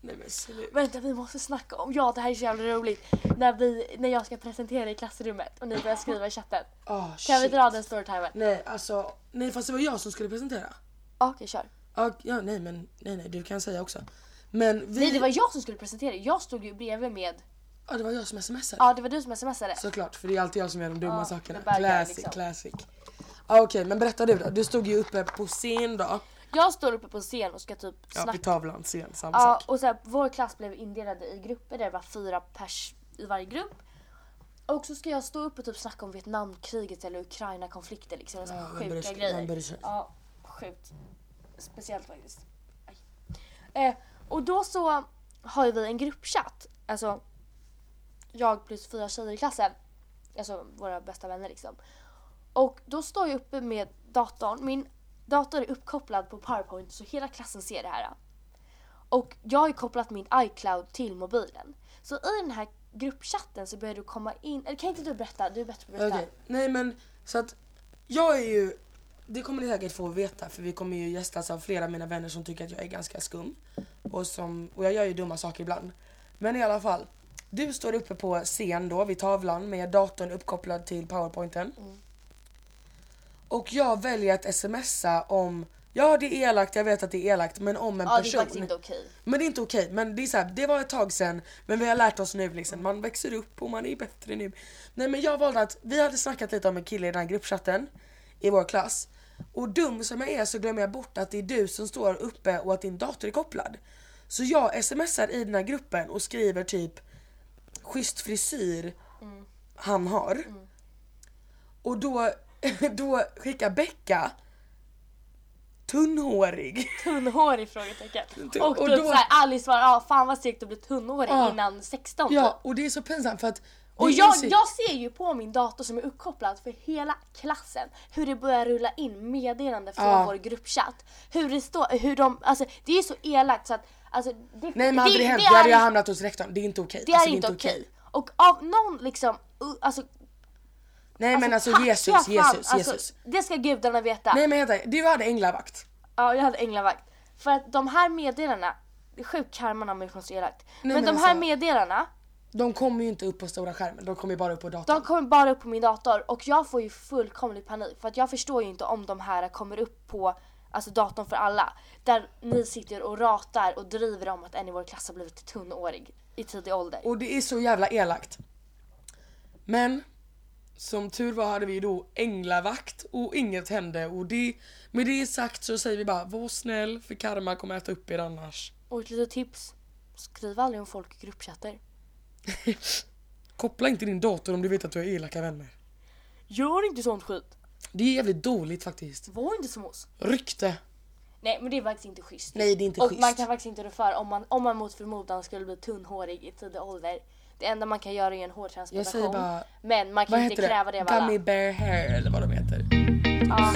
Nej men sluta.
Vänta, vi måste snacka om, ja det här är så jävla roligt. När, vi, när jag ska presentera i klassrummet och ni börjar skriva i chatten.
Ah
Kan
shit.
vi dra den storytimen?
Nej alltså, nej fast det var jag som skulle presentera.
Ja, Okej, kör.
Ja, ja nej men, nej nej du kan säga också. Men vi...
Nej, det var jag som skulle presentera. Jag stod ju bredvid med...
Ja det var jag som smsade.
Ja, det var du som smsade.
Såklart, för det är alltid jag som gör de dumma
Ja,
sakerna.
Ah. det börjar jag
Classic,
liksom.
classic. Ja okej men berätta du då, du stod ju uppe på scen då.
Jag står uppe på scen och ska typ
Ja, på
snacka.
tavlan, scen, samma
Ja,
sak.
och så här, vår klass blev indelade i grupper där det var fyra pers i varje grupp. Och så ska jag stå upp och typ snacka om Vietnamkriget eller Ukraina-konflikten liksom. Och så
Ja,
här
vem bryr
sjuka
sig- vem bryr sig?
grejer. Ja, sjukt. Speciellt faktiskt. Aj. Eh, och då så har ju vi en gruppchatt. Alltså, jag plus fyra tjejer i klassen. Alltså våra bästa vänner liksom. Och då står jag uppe med datorn. Min dator är uppkopplad på powerpoint så hela klassen ser det här. Och jag har ju kopplat min iCloud till mobilen. Så i den här gruppchatten så börjar du komma in, eller kan inte du berätta? Du är bättre på att
Okej,
berätta.
nej men så att jag är ju, det kommer ni säkert få veta för vi kommer ju gästas av flera av mina vänner som tycker att jag är ganska skum. Och, som, och jag gör ju dumma saker ibland. Men i alla fall, du står uppe på scen då vid tavlan med datorn uppkopplad till powerpointen.
Mm.
Och jag väljer att smsa om, ja det är elakt, jag vet att det är elakt, men om en
Ja det är
person.
faktiskt inte okej.
Men det är inte okej, men det är så här, det var ett tag sedan men vi har lärt oss nu liksom, man växer upp och man är bättre nu. Nej men jag valde att, vi hade snackat lite om en kille i den här gruppchatten i vår klass och dum som jag är så glömmer jag bort att det är du som står uppe och att din dator är kopplad. Så jag smsar i den här gruppen och skriver typ schysst frisyr han har. Och då, <laughs> då skickar Becka tunnhårig
Tunnhårig frågetecken. Och,
och
typ
då-
såhårig Alice svarar ah, fan vad segt att bli tunnhårig
Ja.
innan 16
Ja, och det är så pinsamt för att
Och
det är
jag,
så-
jag ser ju på min dator som är uppkopplad för hela klassen hur det börjar rulla in meddelande från
Ja.
vår gruppchatt. Hur det står, hur de, alltså det är så elakt så att alltså, det,
Nej men hade det, hänt, då
är,
hade jag hamnat hos rektorn. Det är inte okej.
det är
Alltså,
inte okej. Och av någon liksom, uh, alltså,
Nej men alltså
tacka
Jesus,
fan,
Jesus,
alltså,
Jesus.
Det ska gudarna veta.
Nej men vänta, du hade änglavakt.
Ja, jag hade änglavakt. För att de här meddelarna, det är sjuk karma när människor är så elakt. Men,
men
de här
alltså-
meddelarna,
De kommer ju inte upp på stora skärmen, de kommer ju bara upp på datorn.
de kommer bara upp på min dator och jag får ju fullkomlig panik för att jag förstår ju inte om de här kommer upp på alltså datorn för alla. Där ni sitter och ratar och driver om att en i vår klass har blivit tunnårig i tidig ålder.
Och det är så jävla elakt. Men som tur var hade vi ju då änglavakt och inget hände och det, med det sagt så säger vi bara var snäll för karma kommer äta upp er annars.
Och ett litet tips, skriv aldrig om folk i gruppchatter.
Koppla inte din dator om du vet att du har elaka vänner.
Gör inte sånt skit.
Det är jävligt dåligt faktiskt.
Var inte som oss.
Rykte.
Nej men det är faktiskt inte schysst.
Nej det är inte
och
schysst.
man kan faktiskt inte rå för om man, om man mot förmodan skulle bli tunnhårig i tidig ålder. Det enda man kan göra är en
Jag
hårtransplantation.
säger bara
men man kan
Vad
ju inte
heter
kräva det
det?
av alla.
Gummy bear hair eller vad de heter.
Ja.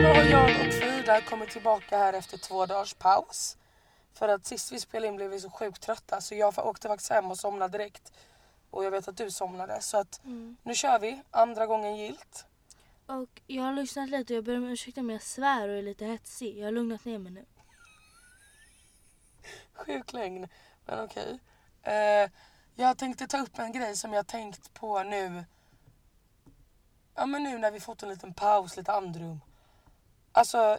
Nu har jag och Frida kommit tillbaka här efter två dagars paus. För att sist vi spelade in blev vi så sjukt trötta så jag åkte faktiskt hem och somnade direkt. Och jag vet att du somnade så att
Mm.
nu kör vi, andra gången gilt.
Och jag har lyssnat lite och jag ber om ursäkt om jag svär och är lite hetsig. Jag har lugnat ner mig nu.
Sjuk lögn, men okej. Eh, jag tänkte ta upp en grej som jag tänkt på nu. Ja men nu när vi fått en liten paus, lite andrum. Alltså,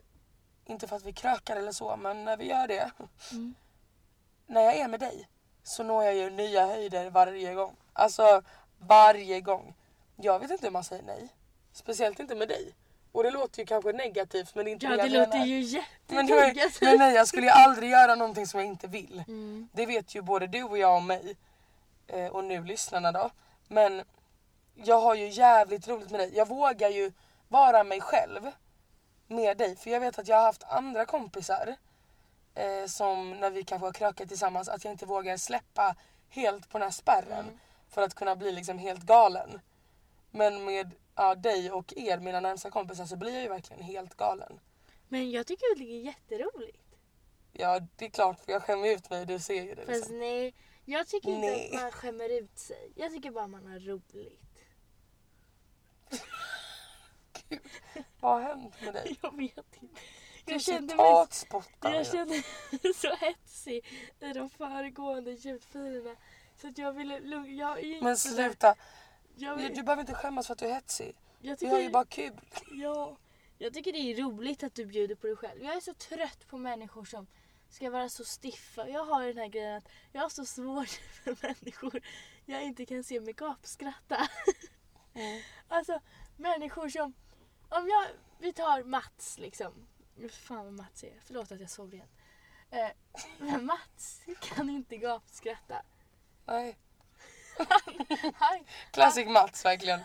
inte för att vi krökar eller så, men när vi gör det.
Mm.
<laughs> När jag är med dig så når jag ju nya höjder varje gång. Alltså, varje gång. Jag vet inte hur man säger nej. Speciellt inte med dig. Och det låter ju kanske negativt men det är inte
Ja, det
jag menar.
låter ju
Men, du är,
jättetungt.
men nej, jag skulle ju aldrig göra någonting som jag inte vill. Det vet ju både du och jag och mig. Eh, och nu lyssnarna då. Men jag har ju jävligt roligt med dig. Jag vågar ju vara mig själv med dig. För jag vet att jag har haft andra kompisar eh, som när vi kanske har krökat tillsammans att jag inte vågar släppa helt på den här spärren för att kunna bli liksom helt galen. Men med ja, dig och er, mina närmsta kompisar, så blir jag ju verkligen helt galen.
<laughs> Men jag tycker det är jätteroligt.
Ja det är klart för jag skämmer ut mig, du ser ju det.
Fast
Liksom.
nej, jag tycker inte
Nej.
att man skämmer ut sig. Jag tycker bara man har
<laughs>
roligt.
Vad har hänt med dig?
Jag vet inte.
Du
<laughs> Jag kände mig,
citatspottar.
jag kände mig <laughs> så hetsig i de föregående ljudfilerna. Så att jag ville lugna... Jag, är
Men
inte-
sluta,
Jag,
du,
vill-
du behöver inte skämmas för att du är hetsig.
jag
Vi
tycker
har ju bara kul.
Ja, jag tycker det är roligt att du bjuder på dig själv. Jag är så trött på människor som ska vara så stiffa. Jag har den här grejen att jag har så svårt <laughs> för människor jag inte kan se mig gapskratta.
Mm.
Alltså människor som, om jag, vi tar Mats liksom. Fy Fan vad Mats är, förlåt att jag såg det igen. Eh, men Mats kan inte gapskratta.
Nej.
Han, Ah.
Classic
<laughs>
Mats verkligen.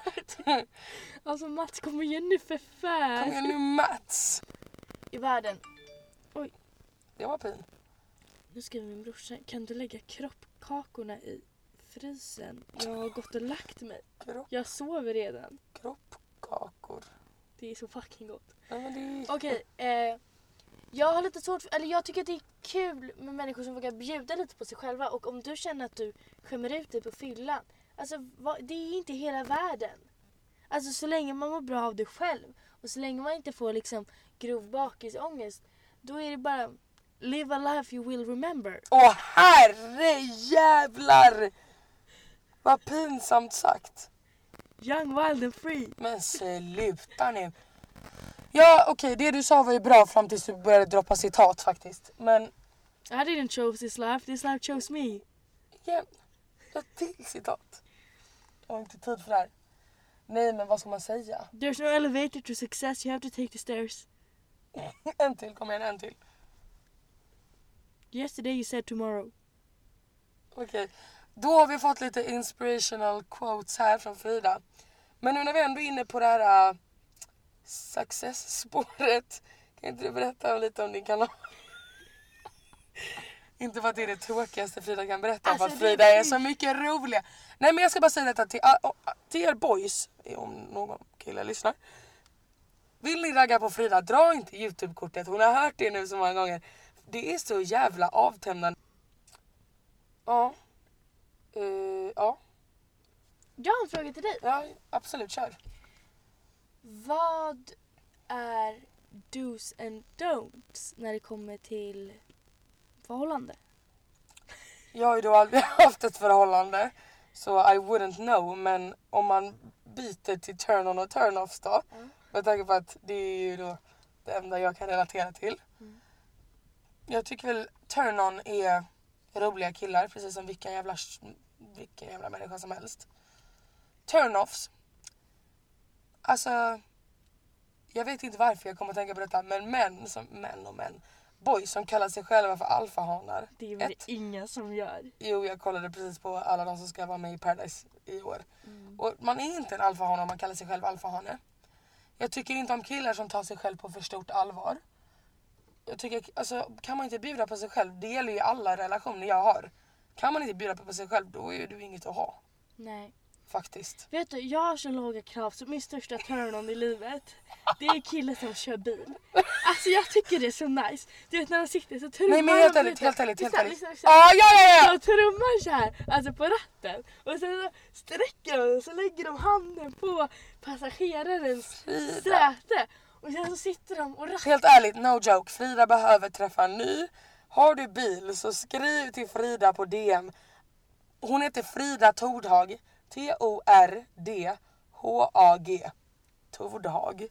alltså Mats kommer igen nu för
Kom
fan.
igen nu Mats.
I världen.
Det var pin.
Nu skriver min brorsa, kan du lägga kroppkakorna i frysen? Jag har gått och lagt mig.
Kropp,
Jag sover redan.
kroppkakor.
Det är så fucking gott.
Ja, men det är...
Okej, eh, jag har lite svårt, för, eller jag tycker att det är kul med människor som vågar bjuda lite på sig själva och om du känner att du skämmer ut dig på fyllan, alltså vad, det är inte hela världen. Alltså så länge man mår bra av det själv och så länge man inte får liksom grov bakisångest, då är det bara live a life you will remember.
Åh herrejävlar! Vad pinsamt sagt.
Young, wild and free.
Men sluta nu. Ja okej, det du sa var ju bra fram tills du började droppa citat faktiskt. Men
I didn't choose this life, this life chose me.
igen, ett till citat. Jag har inte tid för det här. Nej men vad ska man säga? <laughs>
There's no elevator to success, you have to take the stairs.
En till, kom igen en till.
Yesterday you said tomorrow.
Okej, då har vi fått lite inspirational quotes här från Frida. Men nu när vi ändå är inne på det här äh, success-spåret. Kan inte du berätta lite om din kanal? <laughs> inte för att det är det tråkigaste Frida kan berätta
Alltså,
för att
det är
Frida är
precis-
så mycket roliga. Nej men jag ska bara säga detta till, äh, äh, till er boys, om någon kille lyssnar. Vill ni ragga på Frida, dra inte Youtube-kortet. Hon har hört det nu så många gånger. Det är så jävla avtändande. Ja. Eh, ja.
Jag har en fråga till dig.
ja, absolut kör.
Vad är do's and don'ts när det kommer till förhållande?
Jag har ju då aldrig <laughs> haft ett förhållande så I wouldn't know men om man byter till turn on och turn offs då med tanke på att det är ju då det enda jag kan relatera till. Jag tycker väl turn on är roliga killar precis som vilken jävla, vilken jävla människa som helst. Turn offs. Alltså jag vet inte varför jag kommer att tänka på detta men män, som, män och män, boys som kallar sig själva för alfahanar.
Det är
väl
väl inga som gör.
Jo, jag kollade precis på alla de som ska vara med i Paradise i år.
Mm.
Och man är inte en alfahane om man kallar sig själv alfahane. Jag tycker inte om killar som tar sig själv på för stort allvar. Jag tycker, alltså, kan man inte bjuda på sig själv, det gäller ju alla relationer jag har. Kan man inte bjuda på sig själv, då är ju du inget att ha.
Nej.
Faktiskt.
Vet du, jag har så låga krav så min största turn-on i livet det är killen som kör bil. Alltså jag tycker det är så nice. Du vet när han sitter så trummar
Nej men helt
han-
ärligt, helt ärligt, helt
Lyssna,
ärligt.
lyssna,
Ja,
lyssna.
ja, ja, ja!
De trummar så här, alltså på ratten och sen så sträcker de och så lägger de handen på passagerarens säte och sen så sitter de och rattar.
Helt ärligt, no joke. Frida behöver träffa en ny. Har du bil så skriv till Frida på DM. Hon heter Frida Tordhag. T-O-R-D-H-A-G. Tordhag.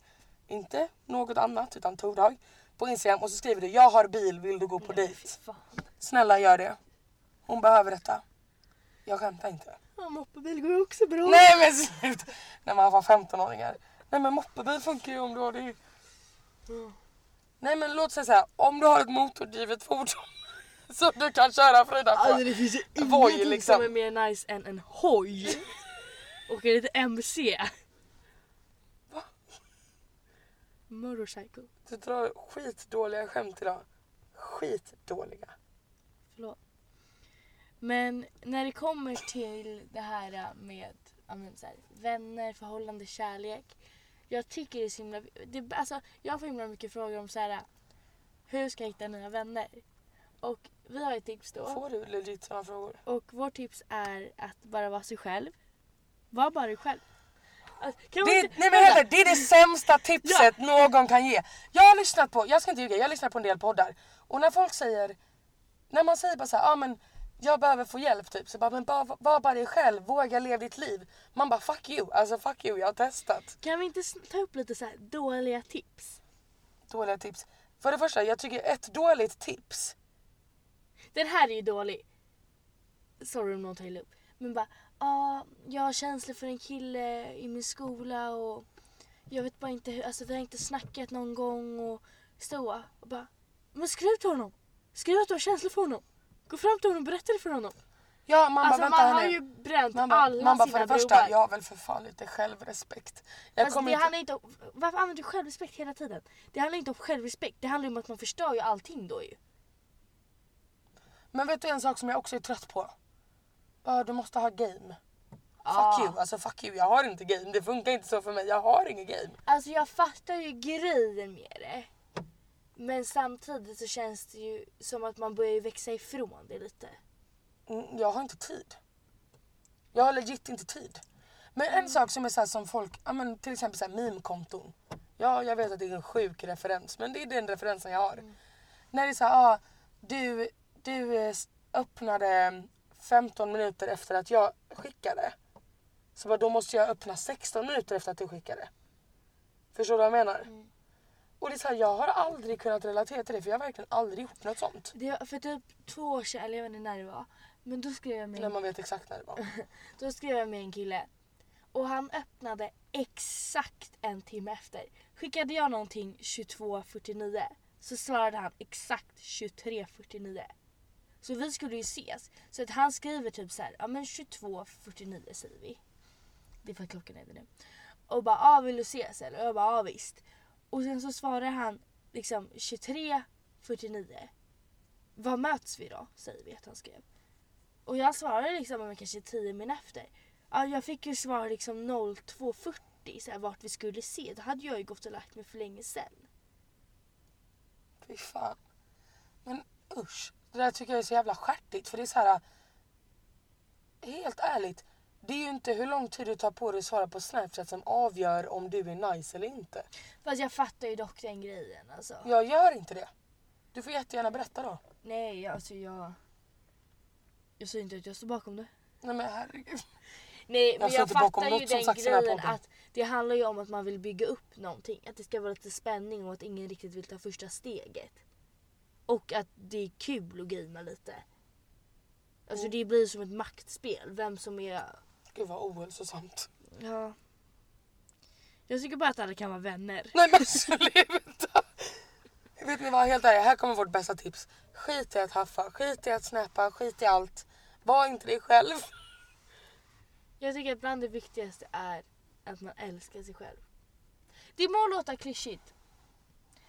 Inte något annat utan Tordhag. På Instagram och så skriver du jag har bil, vill du gå på dejt?
Fan,
Snälla gör det. Hon behöver detta. Jag skämtar inte.
ja, moppebil går ju också bra.
Nej men sluta! När man var 15-åringar. Nej men moppebil funkar ju om du har det. Nej men låt säga såhär, om du har ett motordrivet fordon <laughs> som du kan köra Frida på.
Alltså det finns ju
Voi,
ingenting
liksom.
som är mer nice än en hoj och en liten MC.
Va?
Motorcycle.
Du drar skitdåliga skämt idag. Skitdåliga.
Förlåt. Men när det kommer till det här äh, med ja, men så här, vänner, förhållande, kärlek. Jag tycker det är så himla... Det, alltså, jag får himla mycket frågor om så här, äh, hur ska jag hitta nya vänner? Och vi har ett tips då.
Får du legit sådana frågor?
Och vårt tips är att bara vara sig själv. Var bara dig själv. Alltså, kan man
Det,
inte-
nej men
vänta.
heller, det är det sämsta tipset någon kan ge. Jag har lyssnat på, jag ska inte ljuga, jag har lyssnat på en del poddar. Och när folk säger, när man säger bara såhär, ah, men jag behöver få hjälp typ. Så bara, men bara, var bara dig själv, våga leva ditt liv. Man bara fuck you, alltså fuck you, jag har testat.
Kan vi inte sn- ta upp lite så här dåliga tips?
Dåliga tips. För det första, jag tycker ett dåligt tips.
Den här är ju dålig. Sorry om någon tar illa upp. Men bara, ah, jag har känslor för en kille i min skola och jag vet bara inte hur, alltså vi har inte snackat någon gång och så. Och bara, men skriv till honom. Skriv att du har känslor för honom. Gå fram till honom och berätta det för honom.
Ja man
alltså
bara vänta
man
här
har
nu.
ju bränt
man bara,
alla
man bara
sina
för det första,
broar.
jag har väl för fan lite självrespekt. Jag
Alltså,
kommer
det
inte...
handlar inte om, varför använder du självrespekt hela tiden? Det handlar inte om självrespekt, det handlar om att man förstör ju allting då ju.
Men vet du en sak som jag också är trött på? Bara, du måste ha game. Fuck you, alltså fuck you. Jag har inte game. Det funkar inte så för mig. Jag har ingen game.
Alltså jag fattar ju grejen med det. Men samtidigt så känns det ju som att man börjar ju växa ifrån det lite.
Mm, jag har inte tid. Jag har legit inte tid. Men en sak som är så här som folk, ja, men till exempel så här meme-konton. Ja, jag vet att det är en sjuk referens, men det är den referensen jag har. När det är så här, ah, du, du eh, s- öppnade 15 minuter efter att jag skickade. Så bara, då måste jag öppna 16 minuter efter att du skickade. Förstår du vad jag menar? Och det är så här, jag har aldrig kunnat relatera till det för jag har verkligen aldrig gjort något sånt.
det var för typ två år sedan, eller jag vet inte när det var. Men då skrev jag med
När man vet exakt när det var.
Då skrev jag med en kille och han öppnade exakt en timme efter. Skickade jag någonting 22.49 så svarade han exakt 23.49. Så vi skulle ju ses. Så att han skriver typ så här, ja men 22.49 säger vi. Det är för att klockan är det nu. Och bara, ja vill du ses eller? Och jag bara, ja visst. Och sen så svarar han liksom 23.49. Vad möts vi då? Säger vi att han skrev. Och jag svarade liksom men kanske 10 minuter efter. Ja, jag fick ju svar liksom 02.40 så här, vart vi skulle se. Då hade jag ju gått och lagt mig för länge sedan.
Fy fan. Men usch. Det där tycker jag är så jävla stjärtigt för det är så här. äh, Helt ärligt. Det är ju inte hur lång tid du tar på dig att svara på Snapchat som avgör om du är nice eller inte.
Fast jag fattar ju dock den grejen alltså.
Jag gör inte det. Du får jättegärna berätta då.
Nej, alltså jag... Jag säger inte att jag står bakom det.
Nej men herregud.
Nej,
Jag
men
står
jag,
inte bakom
fattar
något
ju
som
den
sagts i den här
grejen
podden.
att det handlar ju om att man vill bygga upp någonting. Att det ska vara lite spänning och att ingen riktigt vill ta första steget. Och att det är kul att gamea lite. Alltså det blir som ett maktspel. Vem som är
Gud vad ohälsosamt.
Ja. Jag tycker bara att alla kan vara vänner.
Nej men sluta. Vet ni vad, helt ärligt. Här kommer vårt bästa tips. Skit i att haffa, skit i att snappa, skit i allt. Var inte dig själv.
Jag tycker att bland det viktigaste är att man älskar sig själv. Det må låta klyschigt.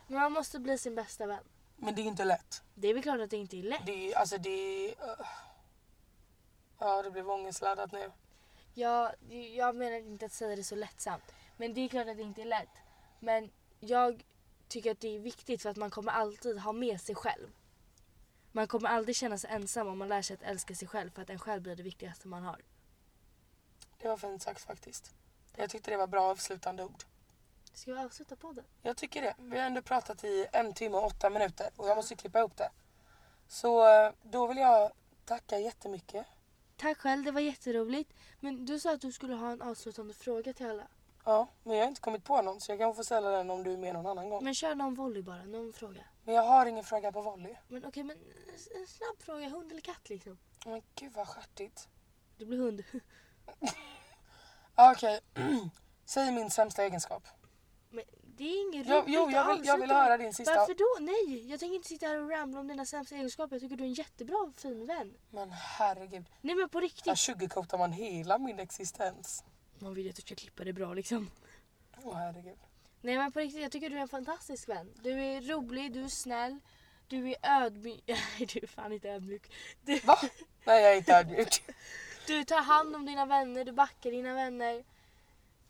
Men man måste bli sin bästa vän.
Men det är inte lätt.
Det är väl klart att det inte är lätt.
Det är, alltså det är... öh. Ja, det blev ångestladdat nu.
Jag, jag menar inte att säga det så lättsamt. Men det är klart att det inte är lätt. Men jag tycker att det är viktigt för att man kommer alltid ha med sig själv. Man kommer aldrig känna sig ensam om man lär sig att älska sig själv för att en själv blir det viktigaste man har.
Det var fint sagt faktiskt. Jag tyckte det var bra avslutande ord.
Ska vi avsluta podden?
Jag tycker det. Vi har ändå pratat i en timme och åtta minuter och jag måste klippa ihop det. Så eh, då vill jag tacka jättemycket.
Tack själv, det var jätteroligt. Men du sa att du skulle ha en avslutande fråga till alla.
Ja, men jag har inte kommit på någon så jag kan få ställa den om du är med någon annan gång.
Men kör någon volley bara, någon fråga.
Men jag har ingen fråga på volley.
Men okej, men en- en snabb fråga. Hund eller katt liksom?
Men gud vad stjärtigt.
Det blir hund. <laughs>
Ja, Ah, Okej. <clears throat> Säg min sämsta egenskap.
Men det är inget
Jo, jo, jag vill-
alls,
jag vill
inte.
höra din sista.
Varför då? Nej, jag tänker inte sitta här och ramla om dina sämsta egenskaper. Jag tycker du är en jättebra, fin vän.
Men herregud.
Nej men på
Här
riktigt.
sugarcoatar man hela min existens.
Man vill ju att du ska klippa det bra liksom.
Åh herregud.
Nej men på riktigt, jag tycker du är en fantastisk vän. Du är rolig, du är snäll. Du är ödmjuk. <laughs> Nej, du är fan inte ödmjuk. Du...
Va? Nej jag är inte ödmjuk.
Du tar hand om dina vänner, du backar dina vänner.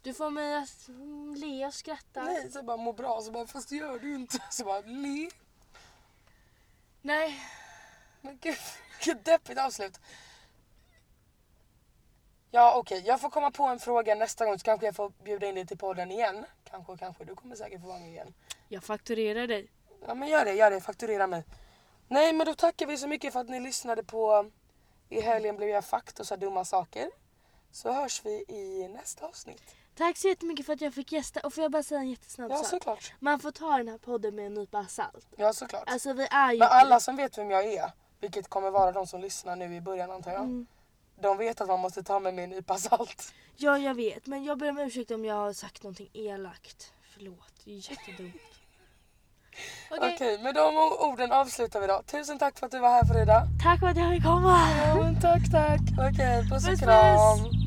Du får mig att mm, le och skratta. Nej.
Nej, så bara må bra. Så bara, fast det gör du inte. Så bara, le. Men gud, vilket deppigt avslut. Ja, okej. Jag får komma på en fråga nästa gång så kanske jag får bjuda in dig till podden igen. Kanske, kanske. Du kommer säkert få vara med igen.
Jag fakturerar dig.
Ja, men gör det. Gör det. Fakturera mig. Nej, men då tackar vi så mycket för att ni lyssnade på I helgen blev jag fakt och sa dumma saker. Så hörs vi i nästa avsnitt.
Tack så jättemycket för att jag fick gästa. Och får jag bara säga en jättesnabb
Ja,
sak?
såklart.
Man får ta den här podden med en nypa salt.
Ja, såklart.
Alltså vi är ju...
Men alla som vet vem jag är, vilket kommer vara de som lyssnar nu i början antar jag. De vet att man måste ta med mig en nypa <laughs> salt.
Ja, jag vet. Men jag ber om ursäkt om jag har sagt någonting elakt. Förlåt, det är jättedumt.
<laughs>
Okej,
Okej, med de o- orden avslutar vi då. Tusen tack för att du var här Frida.
tack för att jag fick komma.
Ja, men tack, tack. Okej, puss och
Puss,
kram.
puss.